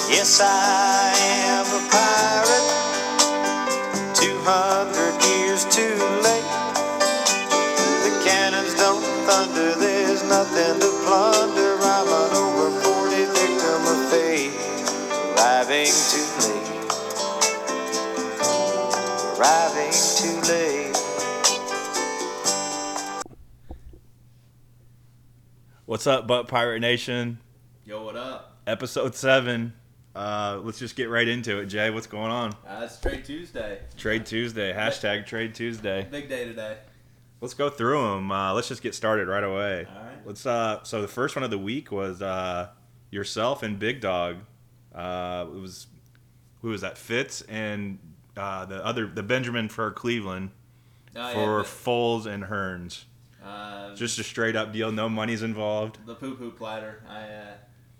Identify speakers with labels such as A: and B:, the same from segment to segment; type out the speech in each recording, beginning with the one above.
A: Yes, I am a pirate, 200 years too late. The cannons don't thunder, there's nothing to plunder. I'm an overboarded victim of fate, arriving too late, arriving too late.
B: What's up, Butt Pirate Nation?
C: Yo, what up?
B: Episode 7. Uh, let's just get right into it, Jay. What's going on?
C: Uh, it's Trade Tuesday.
B: Trade Tuesday. Hashtag Trade Tuesday.
C: Big day today.
B: Let's go through them. Uh, let's just get started right away.
C: All right.
B: Let's. Uh, so the first one of the week was uh, yourself and Big Dog. Uh, it was who was that? Fitz and uh, the other the Benjamin for Cleveland
C: Oh,
B: for
C: yeah,
B: Foles and Hearns.
C: but, uh,
B: Just a straight up deal. No money's involved.
C: the poo poo platter. I uh,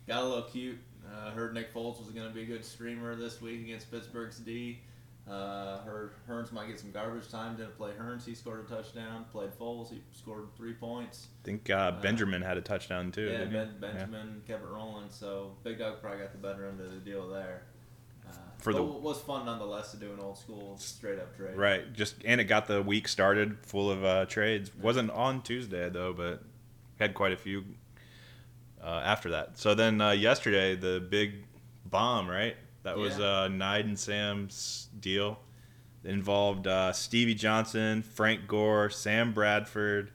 C: got a little cute. Uh, heard Nick Foles was going to be a good streamer this week against Pittsburgh's D. Uh, heard Hearns might get some garbage time. Didn't play Hearns. He scored a touchdown. Played Foles. He scored three points.
B: I think uh, Benjamin had a touchdown too.
C: yeah,
B: didn't he?
C: ben, Benjamin kept it rolling. So Big Dog probably got the better end of the deal there. Uh,
B: For
C: but
B: the-
C: it was fun nonetheless to do an old school straight up trade.
B: Right. Just and it got the week started full of uh, trades. Wasn't on Tuesday though, but had quite a few uh, after that. So then uh, yesterday the big bomb, right? That was
C: Yeah.
B: uh, Nide and Sam's deal. It involved uh, Stevie Johnson, Frank Gore, Sam Bradford,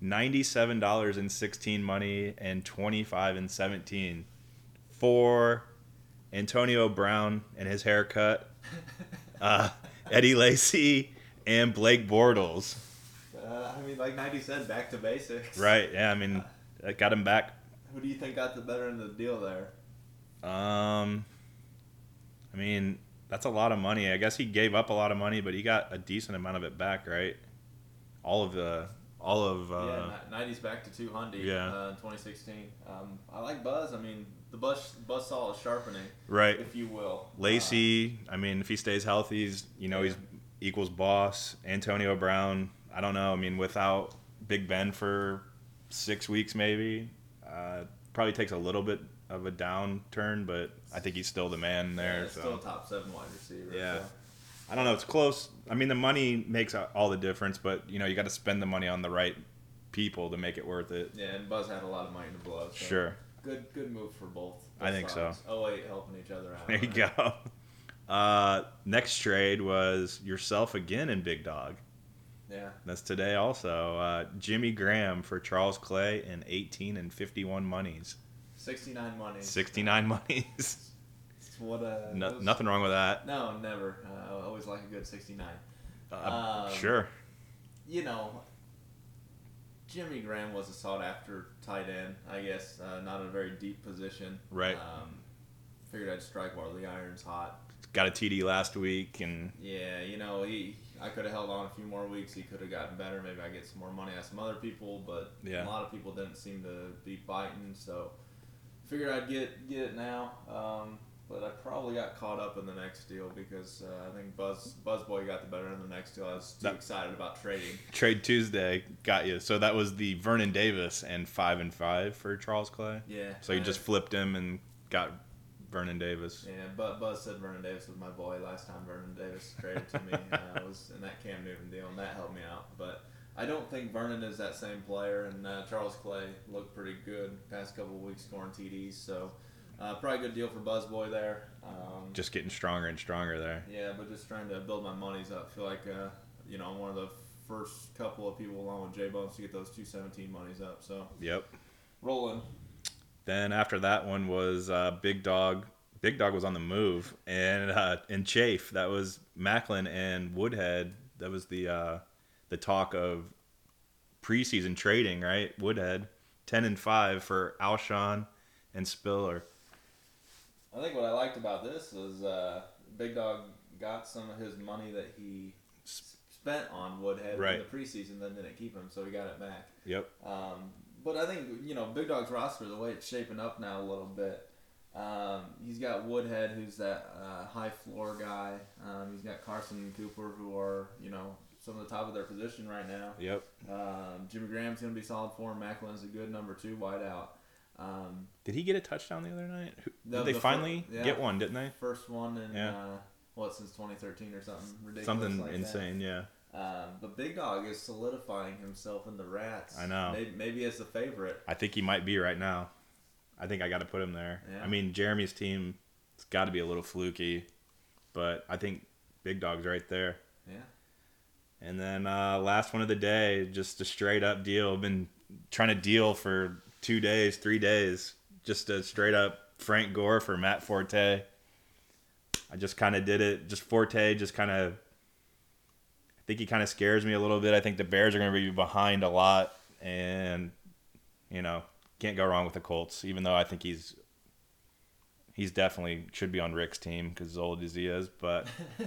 B: ninety-seven dollars and sixteen money, and twenty-five and seventeen for Antonio Brown and his haircut uh, Eddie Lacy and Blake Bortles.
C: Uh, I mean, like 90 said, back to basics.
B: Right. Yeah. I mean, that got him back.
C: Who do you think got the better end of the deal there?
B: Um, I mean, that's a lot of money. I guess he gave up a lot of money, but he got a decent amount of it back, right? All of the, all of, uh,
C: yeah, ni- 90s back to 200
B: yeah.
C: uh, in 2016. Um, I like Buzz. I mean, the Buzz, Buzz saw a sharpening,
B: right.
C: if you will. Uh,
B: Lacey, I mean, if he stays healthy, he's, you know, he's equals boss. Antonio Brown, I don't know. I mean, without Big Ben for six weeks, maybe, uh, probably takes a little bit of a downturn, but I think he's still the man
C: Uh,
B: there.
C: yeah,
B: so.
C: Still a top seven wide receiver.
B: Yeah.
C: so.
B: I don't know. It's close. I mean, the money makes all the difference, but, you know, you got to spend the money on the right people to make it worth it.
C: Yeah, and Buzz had a lot of money to blow. So.
B: Sure.
C: Good good move for both.
B: I think so.
C: Oh, wait, helping each other out.
B: There you go. Uh, next trade was yourself again in Big Dog.
C: Yeah.
B: That's today also. Uh, Jimmy Graham for Charles Clay in 18 and 51 monies.
C: 69 money.
B: 69 monies.
C: It's What a.
B: no,
C: those-
B: nothing wrong with that.
C: No, never. Uh, I always like a good 69.
B: Uh,
C: Um,
B: sure.
C: you know, Jimmy Graham was a sought after tight end, I guess, uh, not in a very deep position.
B: Right.
C: Um, figured I'd strike while the iron's hot.
B: Got a TD last week and
C: Yeah, you know, he I could have held on a few more weeks. He could have gotten better. Maybe I get some more money out of some other people, but
B: Yeah.
C: a lot of people didn't seem to be biting. So figured I'd get get it now. Um, but I probably got caught up in the next deal because uh, I think Buzz Buzzboy got the better in the next deal. I was too
B: That-
C: excited about trading.
B: Trade Tuesday got you. So that was the Vernon Davis and 5 and 5 for Charles Clay.
C: Yeah.
B: So you
C: I-
B: just flipped him and got Vernon Davis.
C: Yeah, but Buzz said Vernon Davis was my boy last time Vernon Davis traded to me. and I was in that Cam Newton deal, and that helped me out. But I don't think Vernon is that same player, and uh, Charles Clay looked pretty good past couple of weeks scoring TDs. So uh, probably a good deal for Buzz Boy there. Um,
B: Just getting stronger and stronger there.
C: yeah, but just trying to build my monies up. I feel like uh, you know I'm one of the first couple of people along with J Bones to get those two seventeen monies up. So
B: Yep.
C: rolling.
B: Then after that one was uh, Big Dog. Big Dog was on the move, and uh, and Chafe. That was Macklin and Woodhead. That was the uh, the talk of preseason trading, right? Woodhead, ten and five for Alshon and Spiller.
C: I think what I liked about this is uh, Big Dog got some of his money that he s- spent on Woodhead
B: Right.
C: in the preseason, then didn't keep him, so he got it back.
B: Yep.
C: Um, but I think you know Big Dog's roster, the way it's shaping up now a little bit. Um, he's got Woodhead, who's that uh, high floor guy. Um, he's got Carson and Cooper, who are you know some of the top of their position right now.
B: Yep.
C: Um, Jimmy Graham's going to be solid for him. Macklin's a good number two wideout. Um,
B: Did he get a touchdown the other night? Who-
C: No,
B: Did they
C: the fir-
B: finally
C: yeah.
B: get one? Didn't they?
C: first one in
B: Yeah.
C: uh, what since 2013 or something ridiculous.
B: Something
C: like that.
B: insane. Yeah.
C: Um, but Big Dog is solidifying himself in the rats.
B: I know.
C: Maybe, maybe as the favorite.
B: I think he might be right now. I think I got to put him there.
C: Yeah.
B: I mean, Jeremy's team, it's got to be a little fluky, but I think Big Dog's right there.
C: Yeah.
B: And then uh, last one of the day, just a straight up deal. Been trying to deal for two days, three days. Just a straight up Frank Gore for Matt Forte. I just kind of did it. Just Forte, just kind of. I think he kind of scares me a little bit. I think the Bears are going to be behind a lot, and you know can't go wrong with the Colts. Even though I think he's he's definitely should be on Rick's team because as old as he is, but.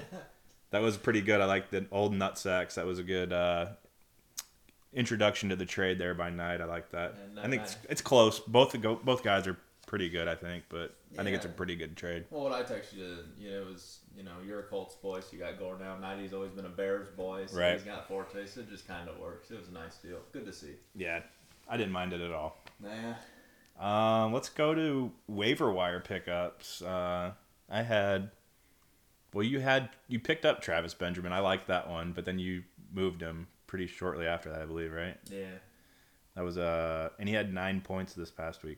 B: That was pretty good. I like the old nutsacks. That was a good uh, introduction to the trade there by Knight. I like that.
C: And uh,
B: I think it's,
C: Knight-
B: it's close. Both the go- both guys are pretty good. I think, but I think it's a
C: Yeah.
B: pretty good trade.
C: Well, what I texted you, you know, was you know you're a Colts boy, so you got Gore now. Nighty's always been a Bears boy, so
B: Right.
C: he's got Forte, so it just kind of works. It was a nice deal. Good to see.
B: Yeah, I didn't mind it at all.
C: Nah.
B: Um, let's go to waiver wire pickups. Uh, I had, well, you had you picked up Travis Benjamin. I liked that one, but then you moved him pretty shortly after that, I believe, right?
C: Yeah.
B: That was uh, and he had nine points this past week,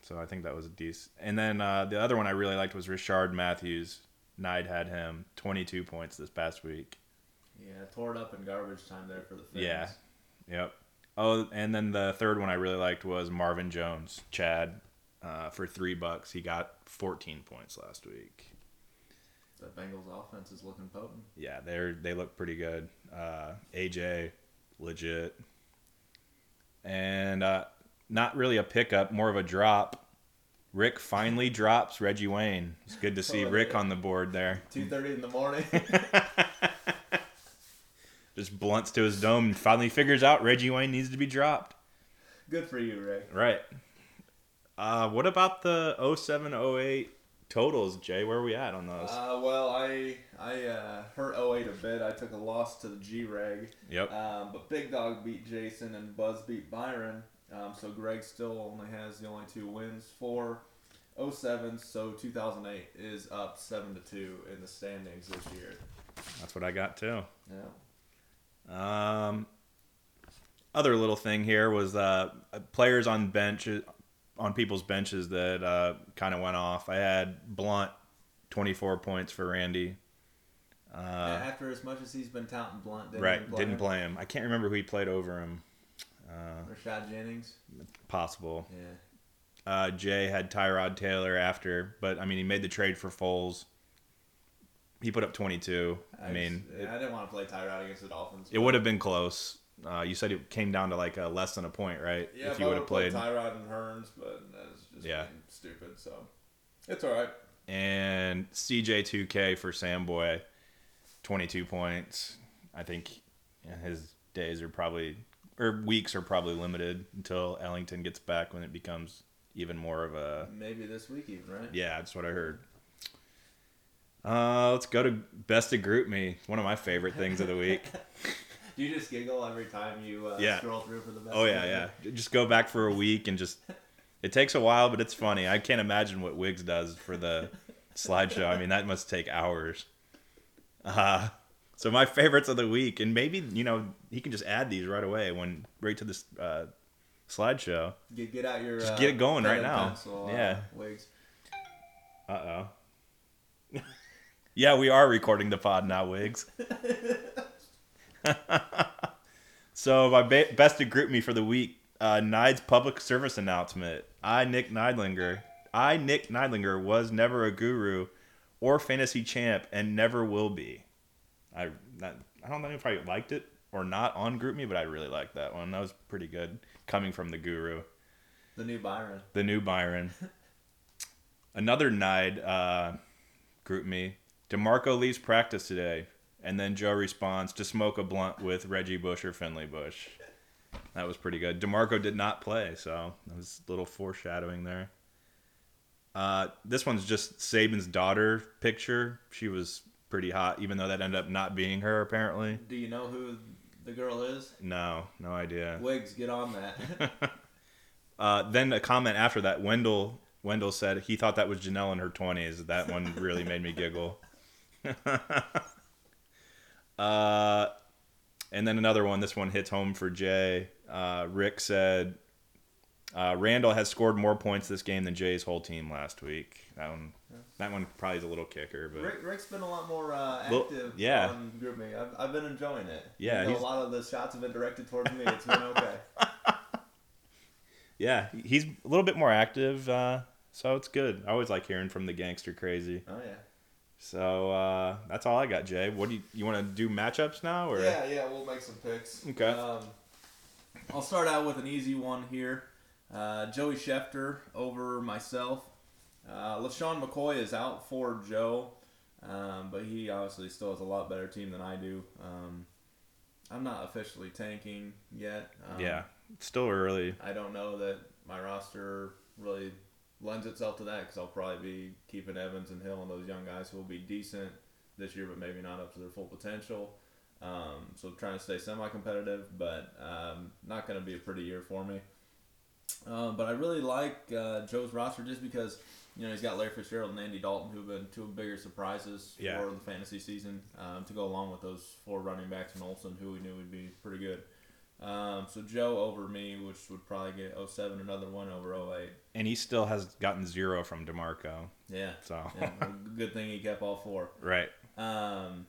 B: so I think that was decent. And then uh, the other one I really liked was Richard Matthews. Knight had him twenty-two points this past week.
C: Yeah. Tore it up in garbage time there for the fans.
B: Yeah. Yep. Oh, and then the third one I really liked was Marvin Jones, Chad, uh, for three bucks. He got fourteen points last week.
C: The Bengals offense is looking potent.
B: Yeah, they're they look pretty good. Uh, AJ, legit, and uh, not really a pickup, more of a drop. Rick finally drops Reggie Wayne. It's good to see
C: Oh,
B: Rick
C: yeah.
B: on the board there.
C: Two thirty in the morning.
B: Just blunts to his dome and finally figures out Reggie Wayne needs to be dropped.
C: Good for you, Rick.
B: Right. Uh, what about the 07 08 totals, Jay? Where are we at on those?
C: Uh, well, I I uh, hurt 08 a bit. I took a loss to the G Reg.
B: yep.
C: Um, but Big Dog beat Jason and Buzz beat Byron. Um, so Greg still only has the only two wins for 07. So 2008 is up 7 to 2 in the standings this year.
B: That's what I got too.
C: Yeah.
B: Um, other little thing here was uh, players on benches, on people's benches that uh, kind of went off. I had Blunt, twenty four points for Randy.
C: And
B: Uh,
C: after as much as he's been touting Blunt, didn't
B: right,
C: even play
B: didn't
C: him.
B: play him. I can't remember who he played over him. Uh,
C: Rashad Jennings.
B: possible.
C: Yeah.
B: Uh, Jay had Tyrod Taylor after, but I mean he made the trade for Foles. He put up twenty two. I, mean,
C: just-
B: it-
C: I didn't want to play Tyrod against the Dolphins.
B: it would have been close. Uh, you said it came down to like a less than a point, right?
C: Yeah,
B: if you would have played.
C: Tyrod and Hearns, but that's just
B: Yeah.
C: being stupid. So it's all right.
B: and CJ2K for Samboy, 22 points. I think his days are probably or weeks are probably limited until Ellington gets back when it becomes even more of a
C: Maybe this week even, right?
B: yeah. That's what I heard. Uh, let's go to best of group me. One of my favorite things of the week.
C: Do you just giggle every time you uh,
B: Yeah.
C: scroll through for the best?
B: Oh yeah,
C: picture?
B: yeah. Just go back for a week and just. It takes a while, but it's funny. I can't imagine what Wiggs does for the slideshow. I mean, that must take hours. Uh, so my favorites of the week, and maybe you know he can just add these right away when right to this uh, slideshow.
C: Get, get out your
B: Just
C: uh,
B: get it going
C: pen
B: right
C: and
B: now.
C: pencil, uh,
B: Yeah.
C: wigs.
B: Uh oh. yeah, we are recording the pod now, Wiggs. so my ba- best to group me for the week, uh, Nide's public service announcement. I Nick Nidlinger. I Nick Nidlinger was never a guru or fantasy champ and never will be. I not, I don't know if I liked it or not on group me, but I really liked that one. That was pretty good coming from the guru
C: The new Byron.
B: the new Byron. Another Nide uh, group me. DeMarco leaves practice today, and then Joe responds to smoke a blunt with Reggie Bush or Finley Bush. That was pretty good. DeMarco did not play, so that was a little foreshadowing there. Uh, this one's just Saban's daughter picture. She was pretty hot, even though that ended up not being her, apparently.
C: Do you know who the girl is?
B: No, no idea.
C: Wigs, get on that.
B: uh, Uh, then a comment after that, Wendell Wendell said he thought that was Janelle in her twenties. That one really made me giggle. uh, and then another one. This one hits home for Jay. Uh, Rick said uh, Randall has scored more points this game than Jay's whole team last week. That one, that one probably is a little kicker, but
C: Rick, Rick's been a lot more uh,
B: Well,
C: active
B: yeah.
C: on GroupMe. I've, I've been enjoying it.
B: Yeah,
C: Even though
B: he's-
C: a lot of the shots have been directed towards me. It's been okay.
B: yeah, he's a little bit more active, uh, so it's good. I always like hearing from the gangster crazy.
C: oh yeah.
B: So uh, that's all I got, Jay. What do you, you want to do matchups now, or
C: Yeah, yeah, we'll make some picks.
B: Okay.
C: Um, I'll start out with an easy one here. Uh, Joey Schefter over myself. Uh, LaShawn McCoy is out for Joe, um, but he obviously still has a lot better team than I do. Um, I'm not officially tanking yet. Um,
B: yeah, it's still early.
C: I don't know that my roster really lends itself to that because I'll probably be keeping Evans and Hill and those young guys who will be decent this year, but maybe not up to their full potential. Um, so trying to stay semi-competitive, but um, not going to be a pretty year for me. Um, but I really like uh, Joe's roster just because you know he's got Larry Fitzgerald and Andy Dalton, who've been two bigger surprises
B: Yeah.
C: for the fantasy season um, to go along with those four running backs and Olsen, who we knew would be pretty good. Um, so Joe over me, which would probably get 07, another one over 08.
B: And he still has gotten zero from Demarco.
C: Yeah.
B: So
C: yeah. Good thing he kept all four.
B: right,
C: Um,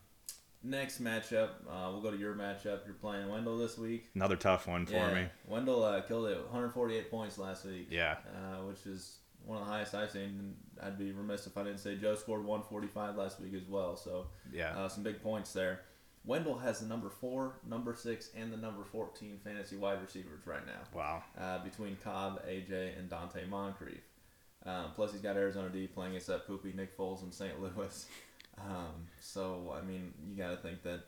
C: next matchup, uh, we'll go to your matchup. You're playing Wendell this week.
B: another tough one for
C: Yeah,
B: me.
C: Wendell uh, killed it 148 points last week.
B: Yeah.
C: Uh, which is one of the highest I've seen. I'd be remiss if I didn't say Joe scored 145 last week as well. So
B: Yeah.
C: uh, some big points there. Wendell has the number four, number six, and the number 14 fantasy wide receivers right now
B: wow.
C: uh, between Cobb, AJ, and Dante Moncrief. Um, plus, he's got Arizona D playing against that poopy Nick Foles in St. Louis. Um, so, I mean, you got to think that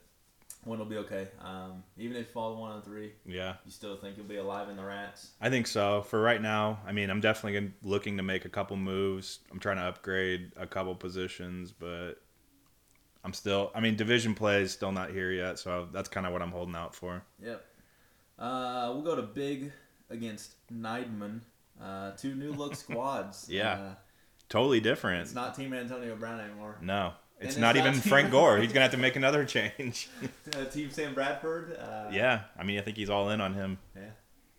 C: one will be okay. Um, even if you fall to one on three,
B: Yeah.
C: you still think you'll be alive in the rats.
B: I think so. For right now, I mean, I'm definitely gonna- looking to make a couple moves. I'm trying to upgrade a couple positions, but I'm still. I mean, division play is still not here yet, so that's kind of what I'm holding out for.
C: Yep. Uh, we'll go to Big against Neidman. Uh, two new look squads.
B: Yeah.
C: Uh,
B: Totally different.
C: it's not Team Antonio Brown anymore.
B: no, it's
C: it's
B: not
C: not-
B: even Frank Gore. He's gonna have to make another change.
C: Uh, team Sam Bradford. Uh,
B: yeah, I mean, I think he's all in on him.
C: Yeah.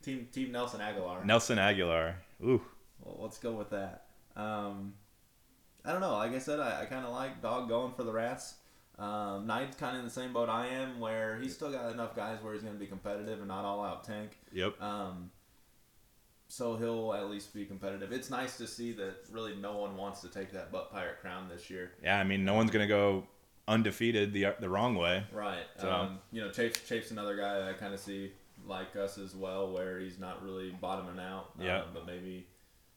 C: Team Team Nelson Aguilar.
B: Nelson Aguilar. Ooh,
C: Well, let's go with that. Um, I don't know. Like I said, I, I kind of like Dog going for the Rats. Um, Knight's kind of in the same boat I am, where he's still got enough guys where he's going to be competitive and not all out tank.
B: yep.
C: Um, so he'll at least be competitive. It's nice to see that really no one wants to take that butt pirate crown this year.
B: Yeah, I mean, no one's gonna go undefeated the the wrong way.
C: Right.
B: So-
C: Um, you know, Chafe's, Chafe's another guy that I kind of see like us as well, where he's not really bottoming out.
B: Yeah.
C: um, but maybe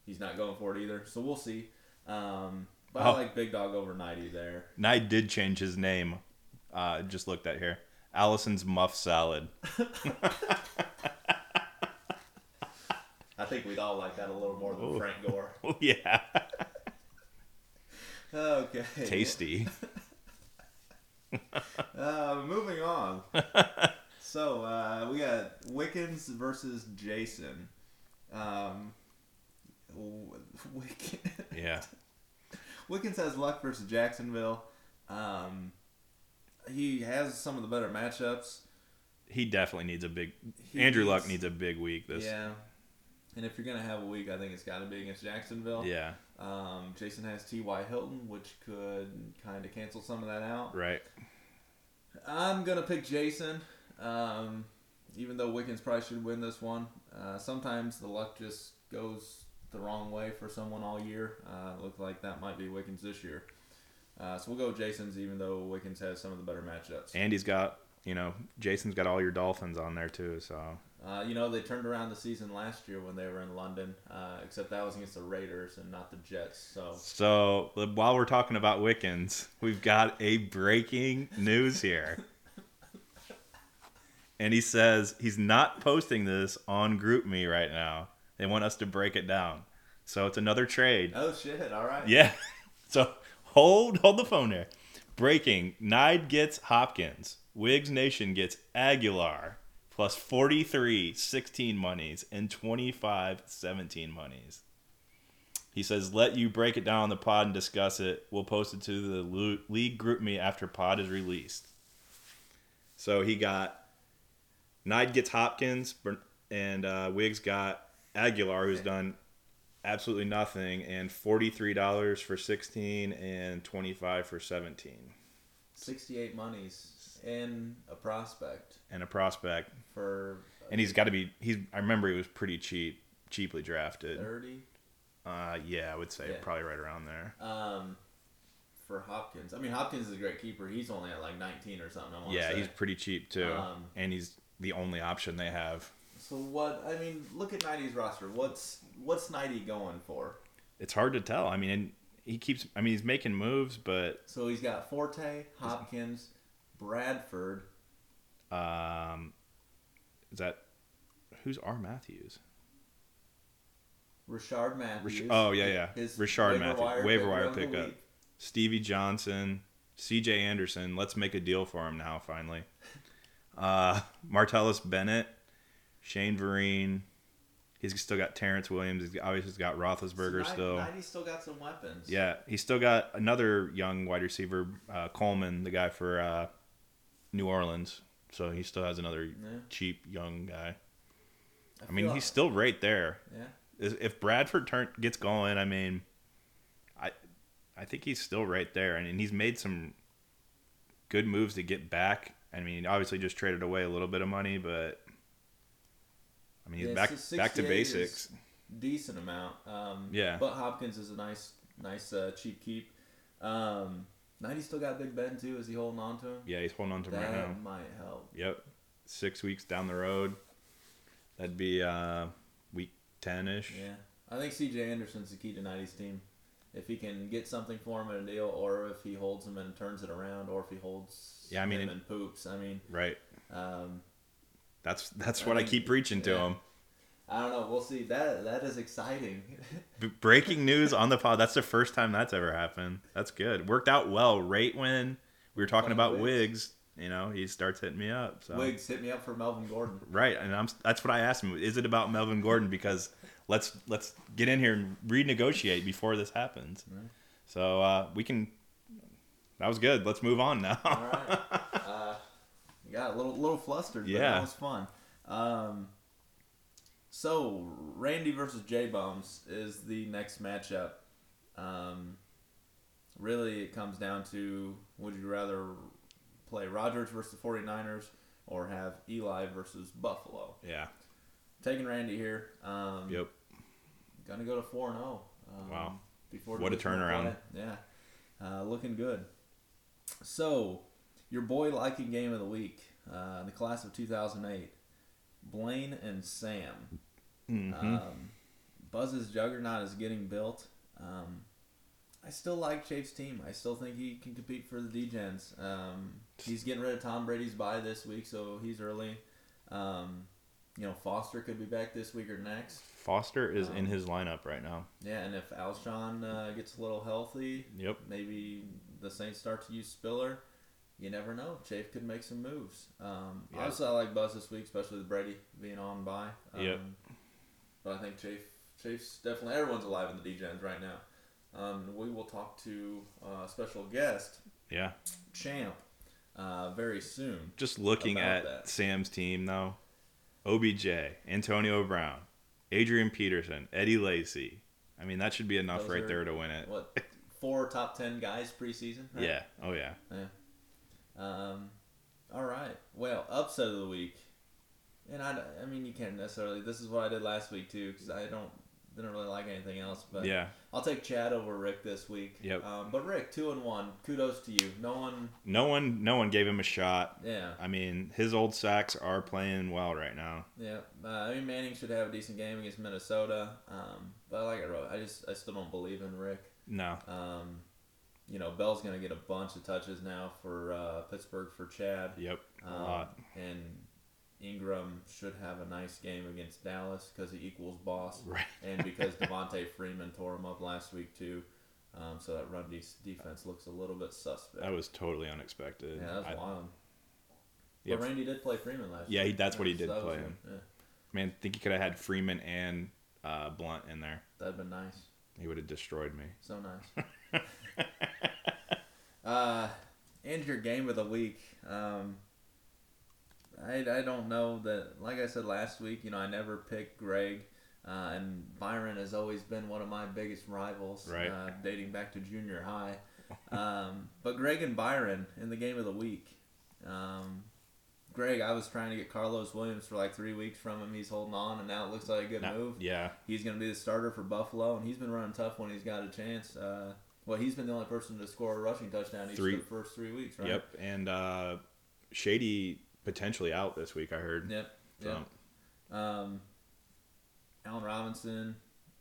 C: he's not going for it either. So we'll see. Um, but
B: Oh.
C: I like Big Dog over 90 there.
B: Nye did change his name. Uh, just looked at here. Allison's Muff Salad.
C: I think we'd all like that a little more than
B: Ooh.
C: Frank Gore.
B: Oh yeah,
C: Okay.
B: tasty.
C: Uh, moving on. so uh, we got Wiccans versus Jason. Um, w- Wick-
B: Yeah,
C: Wickens has luck versus Jacksonville. Um, he has some of the better matchups.
B: he definitely needs a big.
C: He
B: Andrew
C: needs-
B: Luck needs a big week this. Yeah.
C: Yeah. And if you're gonna have a week, I think it's got to be against Jacksonville. Um, Jason has T.Y. Hilton, which could kind of cancel some of that out.
B: right.
C: I'm gonna pick Jason. Um, even though Wickens probably should win this one. Uh, sometimes the luck just goes the wrong way for someone all year. Uh, it looked like that might be Wickens this year. Uh, so we'll go with Jason's, even though Wickens has some of the better matchups.
B: Andy's got you know Jason's got all your Dolphins on there too. So
C: Uh, you know, they turned around the season last year when they were in London, uh, except that was against the Raiders and not the Jets. So,
B: so while we're talking about Wiccans, we've got a breaking news here. And he says he's not posting this on GroupMe right now. They want us to break it down. So it's another trade.
C: oh shit, all right.
B: Yeah. So hold hold the phone there. Breaking: Nide gets Hopkins. Wigs Nation gets Aguilar. plus 43 16 monies and 25 17 monies. He says, "Let you break it down on the pod and discuss it. We'll post it to the lu- league group me after pod is released." So he got Nide gets Hopkins Bern- and uh, Wiggs got Aguilar, who's done absolutely nothing, and forty three dollars for sixteen and twenty five for seventeen,
C: Sixty-eight monies in a prospect
B: and a prospect.
C: for
B: And he's got to be. He's. I remember he was pretty cheap, cheaply drafted.
C: thirty.
B: Uh, yeah, I would say
C: Yeah.
B: probably right around there.
C: Um, for Hopkins, I mean Hopkins is a great keeper. He's only at like nineteen or something. I want
B: Yeah,
C: say.
B: he's pretty cheap too,
C: Um,
B: and he's the only option they have.
C: So what? I mean, look at Nighty's roster. What's what's Nighty going for?
B: It's hard to tell. I mean, and he keeps. I mean, he's making moves, but
C: So he's got Forte, Hopkins, Bradford.
B: um, is that who's R Matthews?
C: Richard Matthews.
B: oh, yeah, yeah. Richard
C: waiver
B: Matthews,
C: wire
B: waiver
C: pick
B: wire
C: of the
B: pickup.
C: week.
B: Stevie Johnson, C.J. Anderson. Let's make a deal for him now. Finally, uh, Martellus Bennett, Shane Vereen. He's still got Terrence Williams. He's obviously got Roethlisberger
C: So Ni-
B: still.
C: Nighty's still got some weapons.
B: Yeah, he's still got another young wide receiver, uh, Coleman, the guy for uh, New Orleans. So he still has another
C: Yeah.
B: cheap young guy. I
C: feel
B: mean,
C: like-
B: he's still right there.
C: yeah.
B: Is- If Bradford turn, gets going, I mean, I I think he's still right there, and, and he's made some good moves to get back. I mean, obviously just traded away a little bit of money, but I mean, he's
C: Yeah,
B: back
C: so
B: back to
C: 68 is-
B: basics.
C: decent amount. Um,
B: Yeah.
C: But Hopkins is a nice, nice uh, cheap keep. Um, Nighty still got Big Ben too. Is he holding on to him?
B: Yeah, he's holding on to him right
C: that
B: now.
C: might help.
B: Yep. Six weeks down the road. That'd be uh, week 10 ish.
C: Yeah. I think C.J. Anderson's the key to Nighty's team. If he can get something for him in a deal, or if he holds him and turns it around, or if he holds
B: Yeah, I mean,
C: him
B: it-
C: and poops. I mean,
B: Right.
C: um,
B: That's that's
C: I
B: what I,
C: think-
B: keep preaching to
C: yeah.
B: him.
C: I don't know. We'll see. That that is exciting.
B: B- breaking news on the pod. That's the first time that's ever happened. That's good. Worked out well right when we were talking
C: Fucking
B: about Wiggs.
C: Oh, Wiggs.
B: You know, he starts hitting me up. So.
C: Wiggs hit me up for Melvin Gordon.
B: Right, and I'm that's what I asked him. Is it about Melvin Gordon? Because let's let's get in here and renegotiate before this happens. So uh, we can. That was good. Let's move on now.
C: All right. Uh, got a little little flustered, but
B: Yeah.
C: that was fun. Um, so Randy versus J Bombs is the next matchup. Um, really, it comes down to would you rather play Rogers versus the 49ers or have Eli versus Buffalo?
B: Yeah.
C: Taking Randy here. Um,
B: Yep.
C: Gonna go to four and zero. um,
B: Wow.
C: Before
B: What a
C: divisional
B: turnaround.
C: play. Yeah, uh, looking good. So, your boy liking game of the week, uh, the class of two thousand eight, Blaine and Sam.
B: Mm-hmm.
C: Um, Buzz's juggernaut is getting built. Um, I still like Chafe's team. I still think he can compete for the D-Gens. Um, he's getting rid of Tom Brady's bye this week, so he's early. Um, you know, Foster could be back this week or next.
B: Foster is in
C: Um,
B: his lineup right now.
C: Yeah, and if Alshon uh, gets a little healthy,
B: Yep.
C: maybe the Saints start to use Spiller. You never know. Chafe could make some moves. Um,
B: Yeah.
C: Obviously, I like Buzz this week, especially with Brady being on by. Um,
B: Yep.
C: But I think Chafe, Chafe's definitely everyone's alive in the D-Gens right now. Um, we will talk to uh, special guest
B: Yeah.
C: Champ uh, very soon.
B: Just looking
C: About
B: at
C: that.
B: Sam's team though. OBJ, Antonio Brown, Adrian Peterson, Eddie Lacy. I mean, that should be enough
C: Those
B: right
C: are-
B: there to win it.
C: What four top ten guys preseason? right?
B: Yeah. Oh yeah.
C: Um, all right. Well, upset of the week, and I, I mean you can't necessarily. This is what I did last week too, because I don't didn't really like anything else. But
B: Yeah.
C: I'll take Chad over Rick this week.
B: Yep.
C: Um, but Rick, two and one. Kudos to you. No one.
B: No one no one gave him a shot.
C: Yeah.
B: I mean, his old sacks are playing well right now.
C: Yeah. Uh, I mean Manning should have a decent game against Minnesota. Um, but like I wrote, I just I still don't believe in Rick.
B: No.
C: Um, you know Bell's gonna get a bunch of touches now for uh, Pittsburgh for Chad.
B: Yep. A
C: Um,
B: lot.
C: and Ingram should have a nice game against Dallas because he equals boss,
B: Right.
C: and because Devontae Freeman tore him up last week too. Um, so that run de- defense looks a little bit suspect.
B: That was totally unexpected.
C: yeah, that's
B: I-
C: wild.
B: Yeah,
C: But Randy did play Freeman last
B: Yeah,
C: year.
B: he- that's what he
C: so
B: did
C: that was
B: play
C: good.
B: him.
C: Yeah,
B: man, I think he could have had Freeman and uh, Blunt in there.
C: that'd been nice.
B: He would have destroyed me.
C: So nice. uh, and your game of the week. Um, I, I don't know that, like I said last week, you know, I never picked Greg. Uh, and Byron has always been one of my biggest rivals,
B: Right.
C: uh, dating back to junior high. Um, but Greg and Byron in the game of the week. Um, Greg, I was trying to get Carlos Williams for like three weeks from him. He's holding on, and now it looks like a good
B: Not-
C: move.
B: yeah,
C: He's going to be the starter for Buffalo, and he's been running tough when he's got a chance. Uh, well, he's been the only person to score a rushing touchdown each
B: Three.
C: of the first three weeks, right?
B: yep. And uh, Shady potentially out this week. I heard.
C: Yep.
B: So,
C: yep. Um, Allen Robinson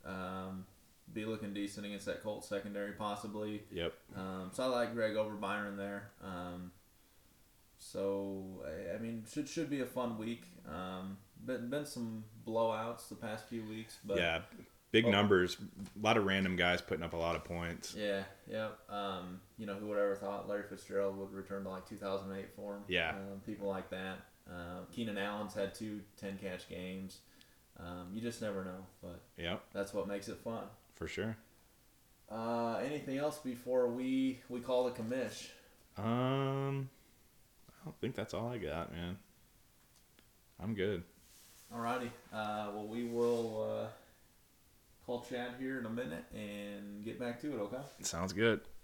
C: um, be looking decent against that Colts secondary, possibly.
B: yep.
C: Um, so I like Greg over Byron there. Um, so I, I mean, should should be a fun week. Um, been been some blowouts the past few weeks, but
B: yeah. Big
C: Oh.
B: numbers. A lot of random guys putting up a lot of points.
C: Yeah, yeah. Um, you know, who would ever thought Larry Fitzgerald would return to like 2008 form?
B: Yeah.
C: Um, people like that. Um, Keenan Allen's had two 10 catch games. Um, you just never know, but
B: Yep,
C: that's what makes it fun.
B: for sure.
C: Uh, anything else before we we call the commish?
B: Um, I don't think that's all I got, man. I'm good.
C: Alrighty. Uh, well, we will uh, call Chad here in a minute and get back to it. Okay.
B: Sounds good.